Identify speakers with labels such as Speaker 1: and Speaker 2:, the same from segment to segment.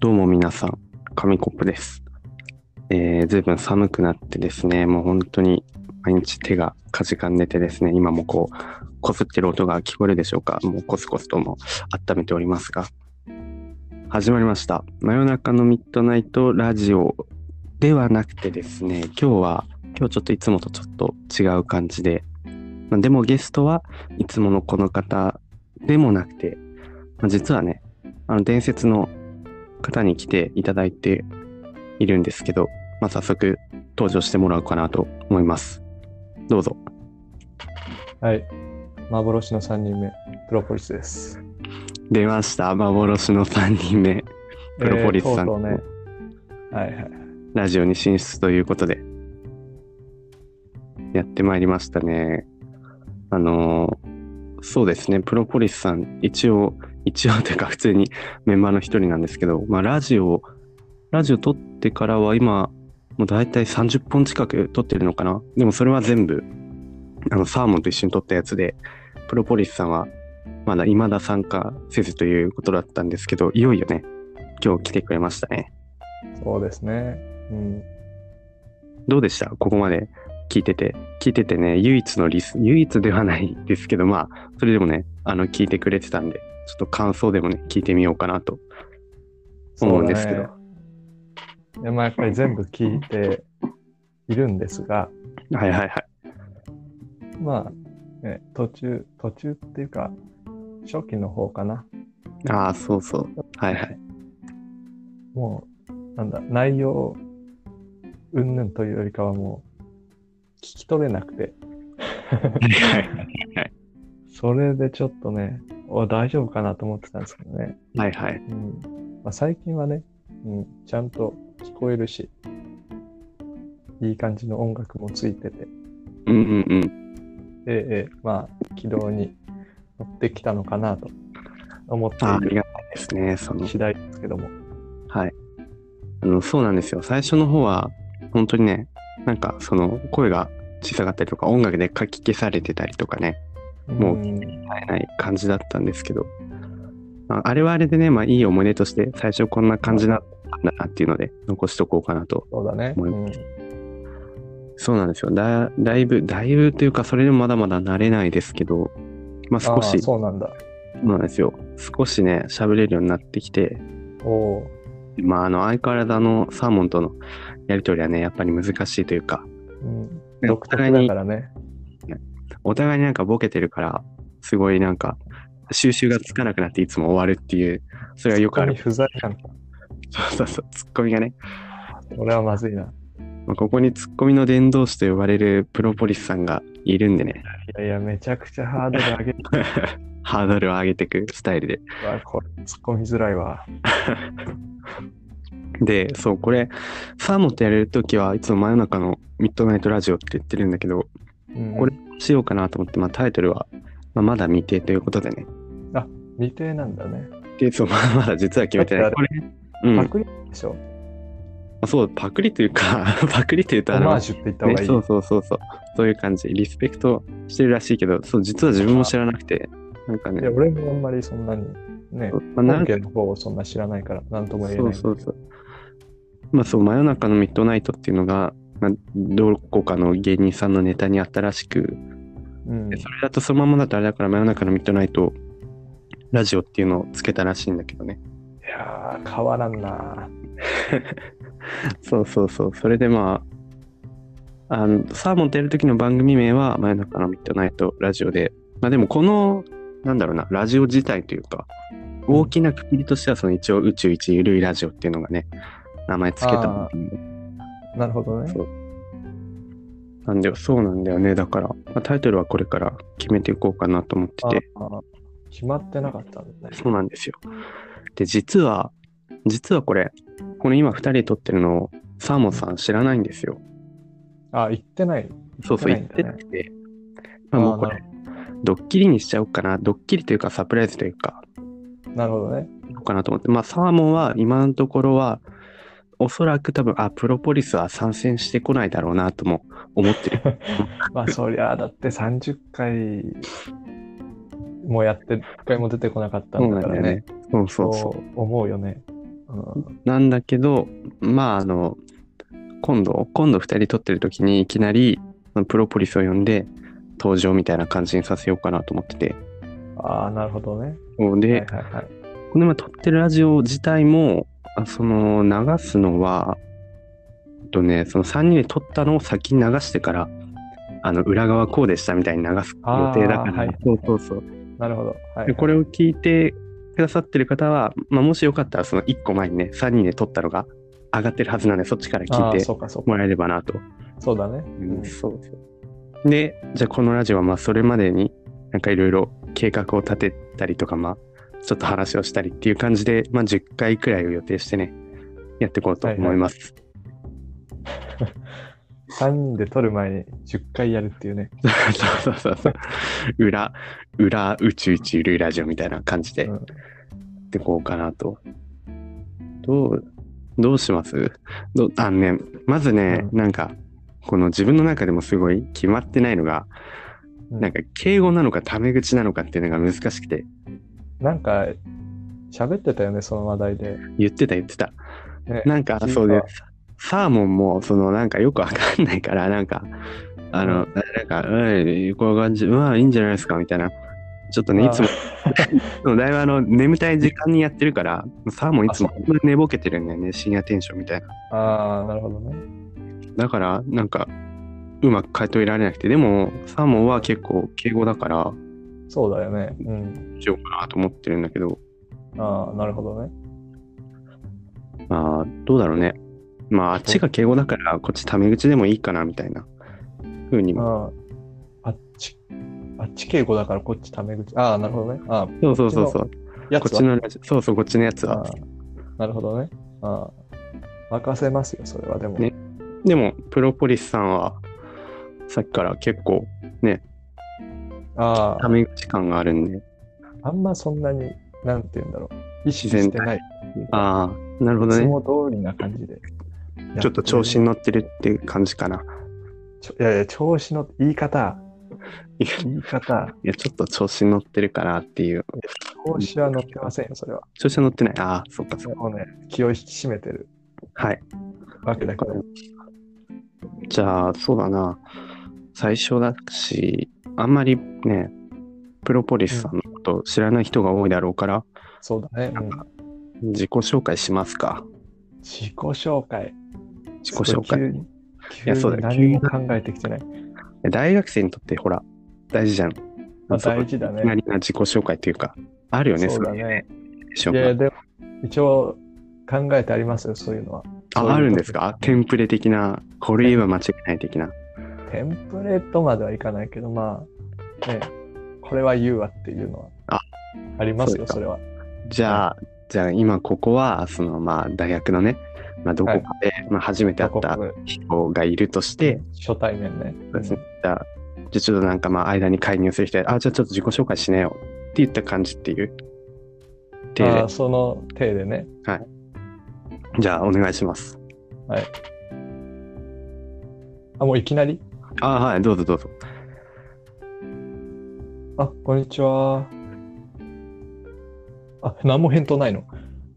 Speaker 1: どうも皆さん、紙コップです。えー、ずいぶん寒くなってですね、もう本当に毎日手がかじかんでてですね、今もこう、こすってる音が聞こえるでしょうか。もうコスコスとも温めておりますが。始まりました。真夜中のミッドナイトラジオではなくてですね、今日は、今日ちょっといつもとちょっと違う感じで、まあでもゲストはいつものこの方でもなくて、まあ実はね、あの伝説の方に来ていただいているんですけど、まあ、早速登場してもらおうかなと思います。どうぞ。
Speaker 2: はい。幻の3人目、プロポリスです。
Speaker 1: 出ました。幻の3人目、プロポリスさん
Speaker 2: えーとうとうね。はいはい。
Speaker 1: ラジオに進出ということで、やってまいりましたね。あのーそうですね、プロポリスさん、一応、一応という か普通にメンバーの一人なんですけど、まあ、ラジオ、ラジオ撮ってからは今、もう大体30本近く撮ってるのかな。でもそれは全部、あの、サーモンと一緒に撮ったやつで、プロポリスさんは、まだ未だ参加せずということだったんですけど、いよいよね、今日来てくれましたね。
Speaker 2: そうですね。うん。
Speaker 1: どうでしたここまで聞いてて。聞いててね、唯一のリス、唯一ではないですけど、まあ、それでもね、あの、聞いてくれてたんで、ちょっと感想でもね、聞いてみようかなと。思うんですけど
Speaker 2: そうだね。いやまあやっぱり全部聞いているんですが、
Speaker 1: はいはいはい。
Speaker 2: まあ、ね、途中、途中っていうか、初期の方かな。
Speaker 1: ああ、そうそう。はいはい。
Speaker 2: もう、なんだ、内容、うんぬんというよりかはもう、聞き取れなくて、それでちょっとね、お大丈夫かなと思ってたんですけどね。
Speaker 1: はいはい。
Speaker 2: うんまあ、最近はね、うん、ちゃんと聞こえるし、いい感じの音楽もついてて、
Speaker 1: うんうんうん。
Speaker 2: ええええまあ、軌道に乗ってきたのかなと思って
Speaker 1: ああ、あ
Speaker 2: い
Speaker 1: り
Speaker 2: る
Speaker 1: がたいですね。その、
Speaker 2: 次第ですけども。
Speaker 1: はい。あの、そうなんですよ。最初の方は、本当にね、なんか、その、声が小さかったりとか、音楽でかき消されてたりとかね、もうん会えない感じだったんですけど、ああれはあれでね、まあ、いい思い出として最初こんな感じだったんだなっていうので残しとこうかなと。
Speaker 2: そうだね。
Speaker 1: もう
Speaker 2: うん
Speaker 1: そうなんですよ。だだいぶ、だいぶというか、それでもまだまだ慣れないですけど、まあ、
Speaker 2: あ
Speaker 1: 少
Speaker 2: あ、
Speaker 1: し、そ
Speaker 2: そうなんだ。
Speaker 1: うなんですよ。少しね、喋れるようになってきて、
Speaker 2: おおー、
Speaker 1: まあ、あの、相変わらずあの、サーモンとのやりとりはね、やっぱり難しいというか、
Speaker 2: うん、
Speaker 1: ね
Speaker 2: 独特だからね。
Speaker 1: お互いになんかボケてるから、すごいなんか、収集がつかなくなっていつも終わるっていう、それはよくあ
Speaker 2: 他に
Speaker 1: る。
Speaker 2: 不在感。
Speaker 1: そうそうそう、ツッコミがね、
Speaker 2: 俺はまずいな。
Speaker 1: まあここにツッコミの伝道師と呼ばれるプロポリスさんがいるんでね、
Speaker 2: いやいや、めちゃくちゃハードル上げる
Speaker 1: ハードルを上げていくスタイルで。
Speaker 2: わ。これ、突っ込みづらいわ。
Speaker 1: で、そう、これ、サーモンとやれるときはいつも真夜中のミッドナイトラジオって言ってるんだけど、
Speaker 2: うん
Speaker 1: これしようかなと思って、まあタイトルは、まあ、まだ未定ということでね。
Speaker 2: 未定なんだね。
Speaker 1: で、そう、まあまだ実は決めてない。
Speaker 2: だって
Speaker 1: これ、うん、
Speaker 2: パ
Speaker 1: ま
Speaker 2: クリでしょ。
Speaker 1: あそう、パクリというか、 パクリというと、
Speaker 2: オ
Speaker 1: あの
Speaker 2: マー、ジュって言った方がい
Speaker 1: ね
Speaker 2: い。
Speaker 1: そうそうそうそう、そういう感じ。リスペクトしてるらしいけど、そう、実は自分も知らなくて、なんかね
Speaker 2: いや、、俺もあんまりそんなにね、
Speaker 1: まあ
Speaker 2: 本家の方をそんな知らないから、なんとも言えない。
Speaker 1: そうそうそう。まあそう、真夜中のミッドナイトっていうのが、まあ、どこかの芸人さんのネタにあったらしく、
Speaker 2: うん
Speaker 1: でそれだとそのままだとあれだから真夜中のミッドナイトラジオっていうのをつけたらしいんだけどね。
Speaker 2: いやー、変わらんな。
Speaker 1: そうそうそう。それでまあ、あの、サーモンとやる時の番組名は真夜中のミッドナイトラジオで、まあでもこの、なんだろうな、ラジオ自体というか、大きな区切りとしてはその一応宇宙一ゆるいラジオっていうのがね、名前つけたんだけど
Speaker 2: なるほどね
Speaker 1: そ。うなんだよ、そうなんだよね。だから、まあタイトルはこれから決めていこうかなと思って
Speaker 2: あ
Speaker 1: て、
Speaker 2: ー決まってなかったんだね。
Speaker 1: そうなんですよ。で、実は、実はこれ、この今2人で撮ってるのを、サーモンさん知らないんですよ。
Speaker 2: あ、言ってない。
Speaker 1: そうそう、
Speaker 2: 知ら
Speaker 1: 言
Speaker 2: な
Speaker 1: っ
Speaker 2: いんだ
Speaker 1: て
Speaker 2: ね
Speaker 1: なくて、まあもうこれ、ドッキリにしちゃおうかな、ドッキリというかサプライズというか、
Speaker 2: なるほどね。
Speaker 1: どうかなと思って、まあ、サーモンは今のところは、おそらく多分、あ、プロポリスは参戦してこないだろうなとも思ってる。
Speaker 2: まあ、そりゃあ、だって30回もやって、1回も出てこなかったんだからね。
Speaker 1: そうそうそう。
Speaker 2: そう思うよね。うん
Speaker 1: なんだけど、まあ、あの、今度、今度2人撮ってる時にいきなり、プロポリスを呼んで、登場みたいな感じにさせようかなと思ってて。
Speaker 2: ああ、なるほどね。
Speaker 1: で、
Speaker 2: はいはいはい。
Speaker 1: この今撮ってるラジオ自体も、あその、流すのは、えっとね、その3人で撮ったのを先に流してから、あの、裏側こうでしたみたいに流す予定だか
Speaker 2: あーは
Speaker 1: ら、
Speaker 2: い
Speaker 1: そうそうそう。
Speaker 2: なるほど。はい、は
Speaker 1: で
Speaker 2: い。
Speaker 1: これを聞いてくださってる方は、まあ、もしよかったらその1個前にね3人で撮ったのが上がってるはずなのでそっちから
Speaker 2: あ
Speaker 1: 聞
Speaker 2: ー
Speaker 1: いて
Speaker 2: そうかそうか。
Speaker 1: もらえればなと。
Speaker 2: そうだね。うん
Speaker 1: そうでじゃあこのラジオはまあそれまでになんかいろいろ計画を立てたりとかまあちょっと話をしたりっていう感じで、まあ、10回くらいを予定してねやっていこうと思います。
Speaker 2: 3人で撮る前に10回やるっていうね。
Speaker 1: そうそうそうそう裏裏宇宙一ゆるいラジオみたいな感じで
Speaker 2: う
Speaker 1: や
Speaker 2: ん
Speaker 1: っていこうかなと。どうどうしますどあのねまずね、
Speaker 2: う
Speaker 1: なんかこの自分の中でもすごい決まってないのが、
Speaker 2: うん
Speaker 1: なんか敬語なのかタメ口なのかっていうのが難しくて
Speaker 2: なんか、喋ってたよね、その話題で。
Speaker 1: 言ってた言ってた。
Speaker 2: ね
Speaker 1: なんか
Speaker 2: 聞いた
Speaker 1: そうでサーモンもそのなんかよくわかんないからなんかあの、なんか「うんこういう感じまあいいんじゃないですか」みたいなちょっとねいつも でもだいぶあの眠たい時間にやってるから、サーモンいつも
Speaker 2: あそ
Speaker 1: 寝ぼけてるんだよね、深夜テンションみたいな。
Speaker 2: あーあー、なるほどね。
Speaker 1: だから、なんか、うまく回答いられなくて、でも、サーモンは結構敬語だから、ど
Speaker 2: そうだよね。うん。
Speaker 1: うしようかなと思ってるんだけど、
Speaker 2: ああ、なるほどね。
Speaker 1: まあ、どうだろうね。まあ、あっちが敬語だから、こっちタメ口でもいいかな、みたいな風にも。
Speaker 2: ああ、あっち、あっち敬語だからこっちタメ口。ああ、なるほどね。ああ、
Speaker 1: そうそうそうそう。
Speaker 2: やつ
Speaker 1: こ
Speaker 2: は
Speaker 1: っちのラジオそうそう、こっちのやつ
Speaker 2: あ
Speaker 1: は。
Speaker 2: ーなるほどね。ああ任せますよ、それはでも。
Speaker 1: ねでも、プロポリスさんは、さっきから結構、
Speaker 2: あ
Speaker 1: タメ口感があるんで。
Speaker 2: あ、あんまそんなに、なんて言うんだろう。意識してない。
Speaker 1: ああ、なるほ
Speaker 2: い
Speaker 1: ど
Speaker 2: つ
Speaker 1: ね。
Speaker 2: も通りな感じで。
Speaker 1: ちょっと調子に
Speaker 2: の。
Speaker 1: 乗ってるっていう感じかな。
Speaker 2: ちょいやいや、調子の言い方、
Speaker 1: いや
Speaker 2: 言い方、
Speaker 1: いや、ちょっと調子に乗ってるかなっていう。
Speaker 2: 調子は乗ってませんよ、それは。
Speaker 1: 調子は乗ってない。ああ、そっかそっか。
Speaker 2: もうね、気を引き締めてる
Speaker 1: はい。
Speaker 2: わけだけど。
Speaker 1: じゃあ、そうだな。最初だし、あんまりね、プロポリスさんのこと知らない人が多いだろうから、
Speaker 2: そうだね。うん
Speaker 1: 自己紹介しますか。
Speaker 2: 自己紹介。
Speaker 1: 自己紹
Speaker 2: すご
Speaker 1: 介。
Speaker 2: い。急に
Speaker 1: いや
Speaker 2: 急
Speaker 1: そう
Speaker 2: に
Speaker 1: だよ
Speaker 2: 何も考えてきてない。
Speaker 1: 大学生にとって、ほら、大事じゃん。
Speaker 2: まあ
Speaker 1: そこ
Speaker 2: 大事だね
Speaker 1: いきなりな自己紹介というか、あるよね、
Speaker 2: そうだ
Speaker 1: れ
Speaker 2: ね。
Speaker 1: でしょ
Speaker 2: いや、でも、一応考えてありますよ、そういうのは。
Speaker 1: あ、あるんですかテンプレ的な、これ言えば間違いない的な。
Speaker 2: テンプレートまではいかないけど、まあ、ね、これは言うわっていうのは。
Speaker 1: あ
Speaker 2: ありますよ、
Speaker 1: そ
Speaker 2: そうれは。
Speaker 1: じゃあ、じゃあ今ここは、そのまあ大学のね、まあ、どこかで、まあ、初めて会った
Speaker 2: ここ
Speaker 1: 人がいるとして、
Speaker 2: 初対面ね。
Speaker 1: そうですねじゃあ、じゃあちょっとなんかまあ間に介入する人あ、じゃあちょっと自己紹介しなよって言った感じっていう。手
Speaker 2: あ
Speaker 1: で
Speaker 2: ー、その手でね。
Speaker 1: じゃあお願いします。
Speaker 2: あ、もういきなり
Speaker 1: あはい、どうぞどうぞ。
Speaker 2: あ、こんにちは。あ、何も返答ないの。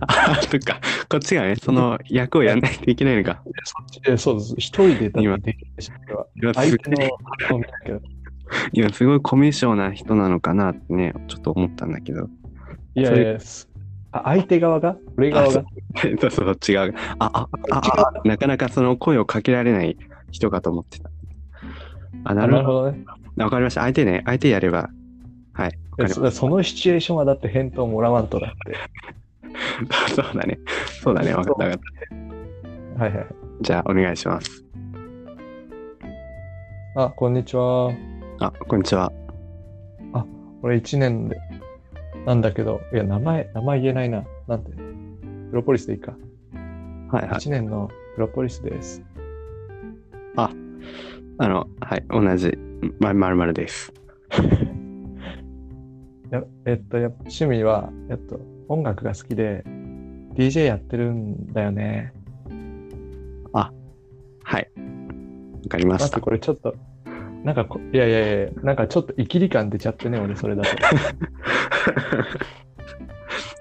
Speaker 1: あ、そっか、こっちがね、その役をやらないといけないのか。
Speaker 2: そっちで、そうです。一人でだ
Speaker 1: 今
Speaker 2: ってできてしまうから
Speaker 1: 今す
Speaker 2: 相
Speaker 1: ごい
Speaker 2: 手の反応見たけど。
Speaker 1: 今すごいコミュ障な人なのかなってね、ちょっと思ったんだけど。
Speaker 2: いやいや、すあ相手側が俺側が
Speaker 1: そうそう、違う。あ、あ、あ、あなかなかその声をかけられない人かと思ってた。あ、
Speaker 2: あ
Speaker 1: な
Speaker 2: な
Speaker 1: るほ
Speaker 2: る
Speaker 1: ど。
Speaker 2: ほどね。
Speaker 1: わかりました。相手ね、相手やれば。はい。わか
Speaker 2: え
Speaker 1: りまし
Speaker 2: そそのシチュエーションはだって返答もらわんとだって。
Speaker 1: た。 そうだね。そうだね。わかったわかった。
Speaker 2: はいはい。
Speaker 1: じゃあ、お願いします。
Speaker 2: あ、こんにちは。
Speaker 1: あ、こんにちは。
Speaker 2: 俺1年で、なんだけど、いや、名前、名前言えないな。なんて。プロポリスでいいか。
Speaker 1: はいはい。
Speaker 2: 1年のプロポリスです。
Speaker 1: あの、はい。同じ、ままるまるです。
Speaker 2: やえっと、や趣味は、えっと、音楽が好きで、DJ やってるんだよね。
Speaker 1: はい。わかりま
Speaker 2: 待
Speaker 1: し
Speaker 2: って、
Speaker 1: た。
Speaker 2: これちょっと、なんかこ、いやいやいや、 なんかちょっとイキリ感出ちゃってね、俺、それだと。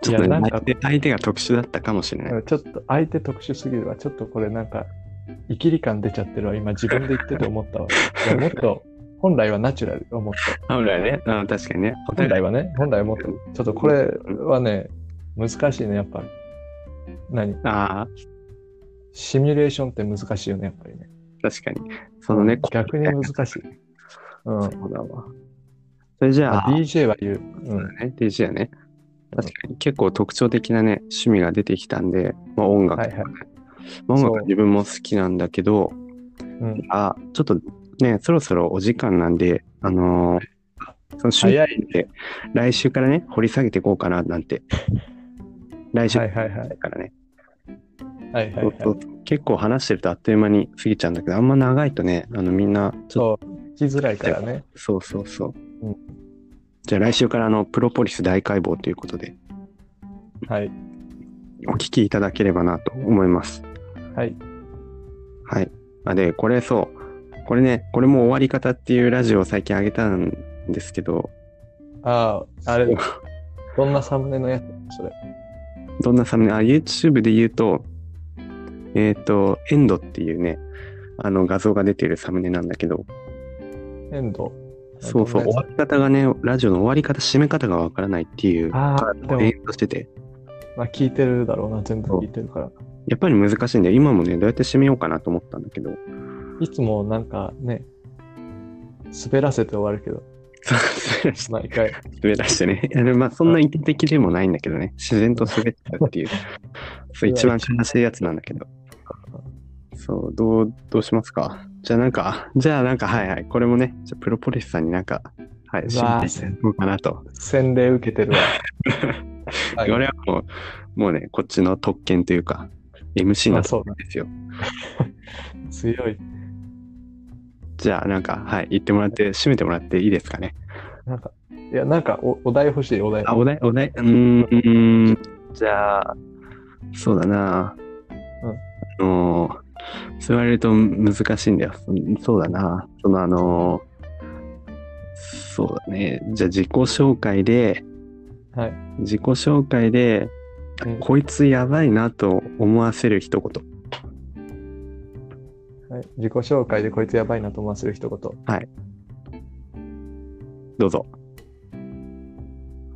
Speaker 1: ちちょっと
Speaker 2: いやなん
Speaker 1: ね
Speaker 2: か
Speaker 1: 相手相手が特殊だったかもしれない。
Speaker 2: ちょっと相手特殊すぎるわ。ちょっとこれなんか、イキリ感出ちゃってるわ。今自分で言ってて思ったわ。いやもっと、本来はナチュラル思った。
Speaker 1: 本来ね、うん確かにね。お
Speaker 2: 本
Speaker 1: 互
Speaker 2: 来
Speaker 1: い
Speaker 2: はね、本来はもっと、ちょっとこれはね、難しいね、やっぱり。何
Speaker 1: ああ、
Speaker 2: シミュレーションって難しいよね、やっぱりね。
Speaker 1: 確かに。そのね、
Speaker 2: 逆に難しい。うん。
Speaker 1: そうだわ。それじゃ
Speaker 2: ま
Speaker 1: あ、
Speaker 2: あ DJ は言う。う
Speaker 1: そうんだね、DJ やね。確かに結構特徴的なね、趣味が出てきたんで、まあ、音楽
Speaker 2: は
Speaker 1: と
Speaker 2: い
Speaker 1: か
Speaker 2: は
Speaker 1: ね、
Speaker 2: い。
Speaker 1: まあ音楽
Speaker 2: そう
Speaker 1: 自分も好きなんだけど、
Speaker 2: うん、
Speaker 1: あ、ちょっとね、そろそろお時間なんで、あのーその趣味
Speaker 2: 早
Speaker 1: について来週からね、掘り下げていこうかななん て。来週
Speaker 2: は
Speaker 1: か
Speaker 2: いはいはい。
Speaker 1: らね、
Speaker 2: はいはい、はい。
Speaker 1: そうそう結構話してるとあっという間に過ぎちゃうんだけど、あんま長いとね、あのみんなちょっ
Speaker 2: そう、聞きづらいからね。
Speaker 1: と、そうそうそう。
Speaker 2: う
Speaker 1: じゃあ来週からあのプロポリス大解剖ということで、
Speaker 2: はい。
Speaker 1: お聞きいただければなと思います。
Speaker 2: はい。
Speaker 1: はい。あで、これそう。これね、これも終わり方っていうラジオを最近上げたんですけど、
Speaker 2: ああ、あれ、どんなサムネのやつそれ。
Speaker 1: どんなサムネあ、YouTube で言うと、えっ、と、エンドっていうね、あの画像が出てるサムネなんだけど、
Speaker 2: エンド。
Speaker 1: そうそう、終
Speaker 2: どんな
Speaker 1: わ
Speaker 2: やつ
Speaker 1: り方がね、ラジオの終わり方、締め方がわからないっていう、
Speaker 2: ああ、でも
Speaker 1: 延、々としてて、
Speaker 2: まあ、聞いてるだろうな、全部聞いてるから。
Speaker 1: やっぱり難しいんだよ。今もね、どうやって締めようかなと思ったんだけど、
Speaker 2: いつもなんかね、滑らせて終わるけど、
Speaker 1: そう滑ら
Speaker 2: 毎 回。
Speaker 1: してね。あのまあ、そんな意図的でもないんだけどね、自然と滑っちゃうって いう、そう、一番悲しいやつなんだけど。そう、どう、どうしますかじゃあなんか、じゃあなんか、はいはい、これもね、じゃあプロポリスさんになんか、はい、
Speaker 2: うわー
Speaker 1: 締めていこうかなと。
Speaker 2: 洗礼受けてる わ。はい
Speaker 1: これはもう、もうね、こっちの特権というか、MC の
Speaker 2: あそう
Speaker 1: 特
Speaker 2: だ
Speaker 1: 権ですよ。
Speaker 2: 強い。
Speaker 1: じゃあなんか、はい、言ってもらって、締めてもらっていいですかね。
Speaker 2: なんか、いや、なんかおお題欲しい、お題。
Speaker 1: あ、お題、お題、うーん、じゃあ、そうだな。あのー、そう言われると難しいんだよ。そそうだな。その、あのー、そうだね。じゃあ、自己紹介で、
Speaker 2: はい。
Speaker 1: 自己紹介で、
Speaker 2: うん
Speaker 1: こいつやばいなと思わせる一言。
Speaker 2: はい、自己紹介でこいつやばいなと思わせる一言。
Speaker 1: どうぞ。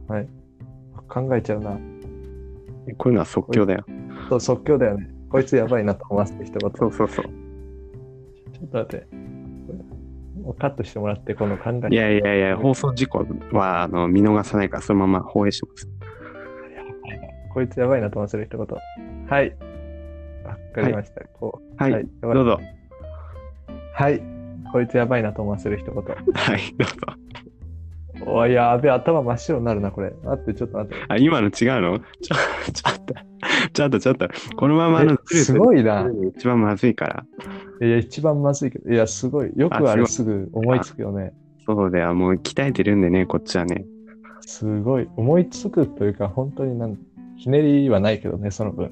Speaker 2: 考えちゃうな。
Speaker 1: こういうのは即興だよ。
Speaker 2: そう即興だよね。こいつやばいなと思わせる一言。ち
Speaker 1: そ
Speaker 2: ょ
Speaker 1: うそうそう。
Speaker 2: っと待って。もうカットしてもらって、この考え。
Speaker 1: いやいやいや、放送事故はあの見逃さないから、そのまま放映します。
Speaker 2: こいつやばいなと思わせる一言。はい。わかりました。こう。
Speaker 1: はい、
Speaker 2: やばい
Speaker 1: どうぞ。
Speaker 2: はい。こいつやばいなと思わせる一言。
Speaker 1: はい、どうぞ。
Speaker 2: おい、やべえ、頭真っ白になるな、これ。待って、ちょっと待って。
Speaker 1: あ、今の違うのちょ、ちょっと、ちょっと、ちょっと、このままあの
Speaker 2: えすごいな。
Speaker 1: 一番まずいから。
Speaker 2: いや、一番まずいけど。いや、すごい。よくあ
Speaker 1: あ
Speaker 2: れすぐ思いつくよね。
Speaker 1: そうだよ、もう鍛えてるんでね、こっちは ね。
Speaker 2: すごい。思いつくというか、本当になんひねりはないけどね、その分。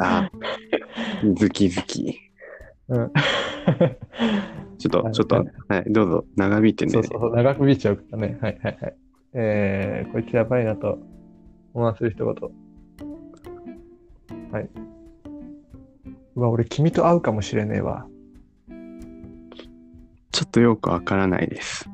Speaker 1: あ、ズキズキ。
Speaker 2: うん、
Speaker 1: ちょっと、
Speaker 2: はい
Speaker 1: ちょっと、はい、どうぞ、長引いてね。
Speaker 2: そうそうそう、長く見ちゃうからね。はいはいはい。えー、こいつやばいなと思わせる一言。はい。うわ、俺、君と会うかもしれねえわ。
Speaker 1: ちょっとよくわからないです。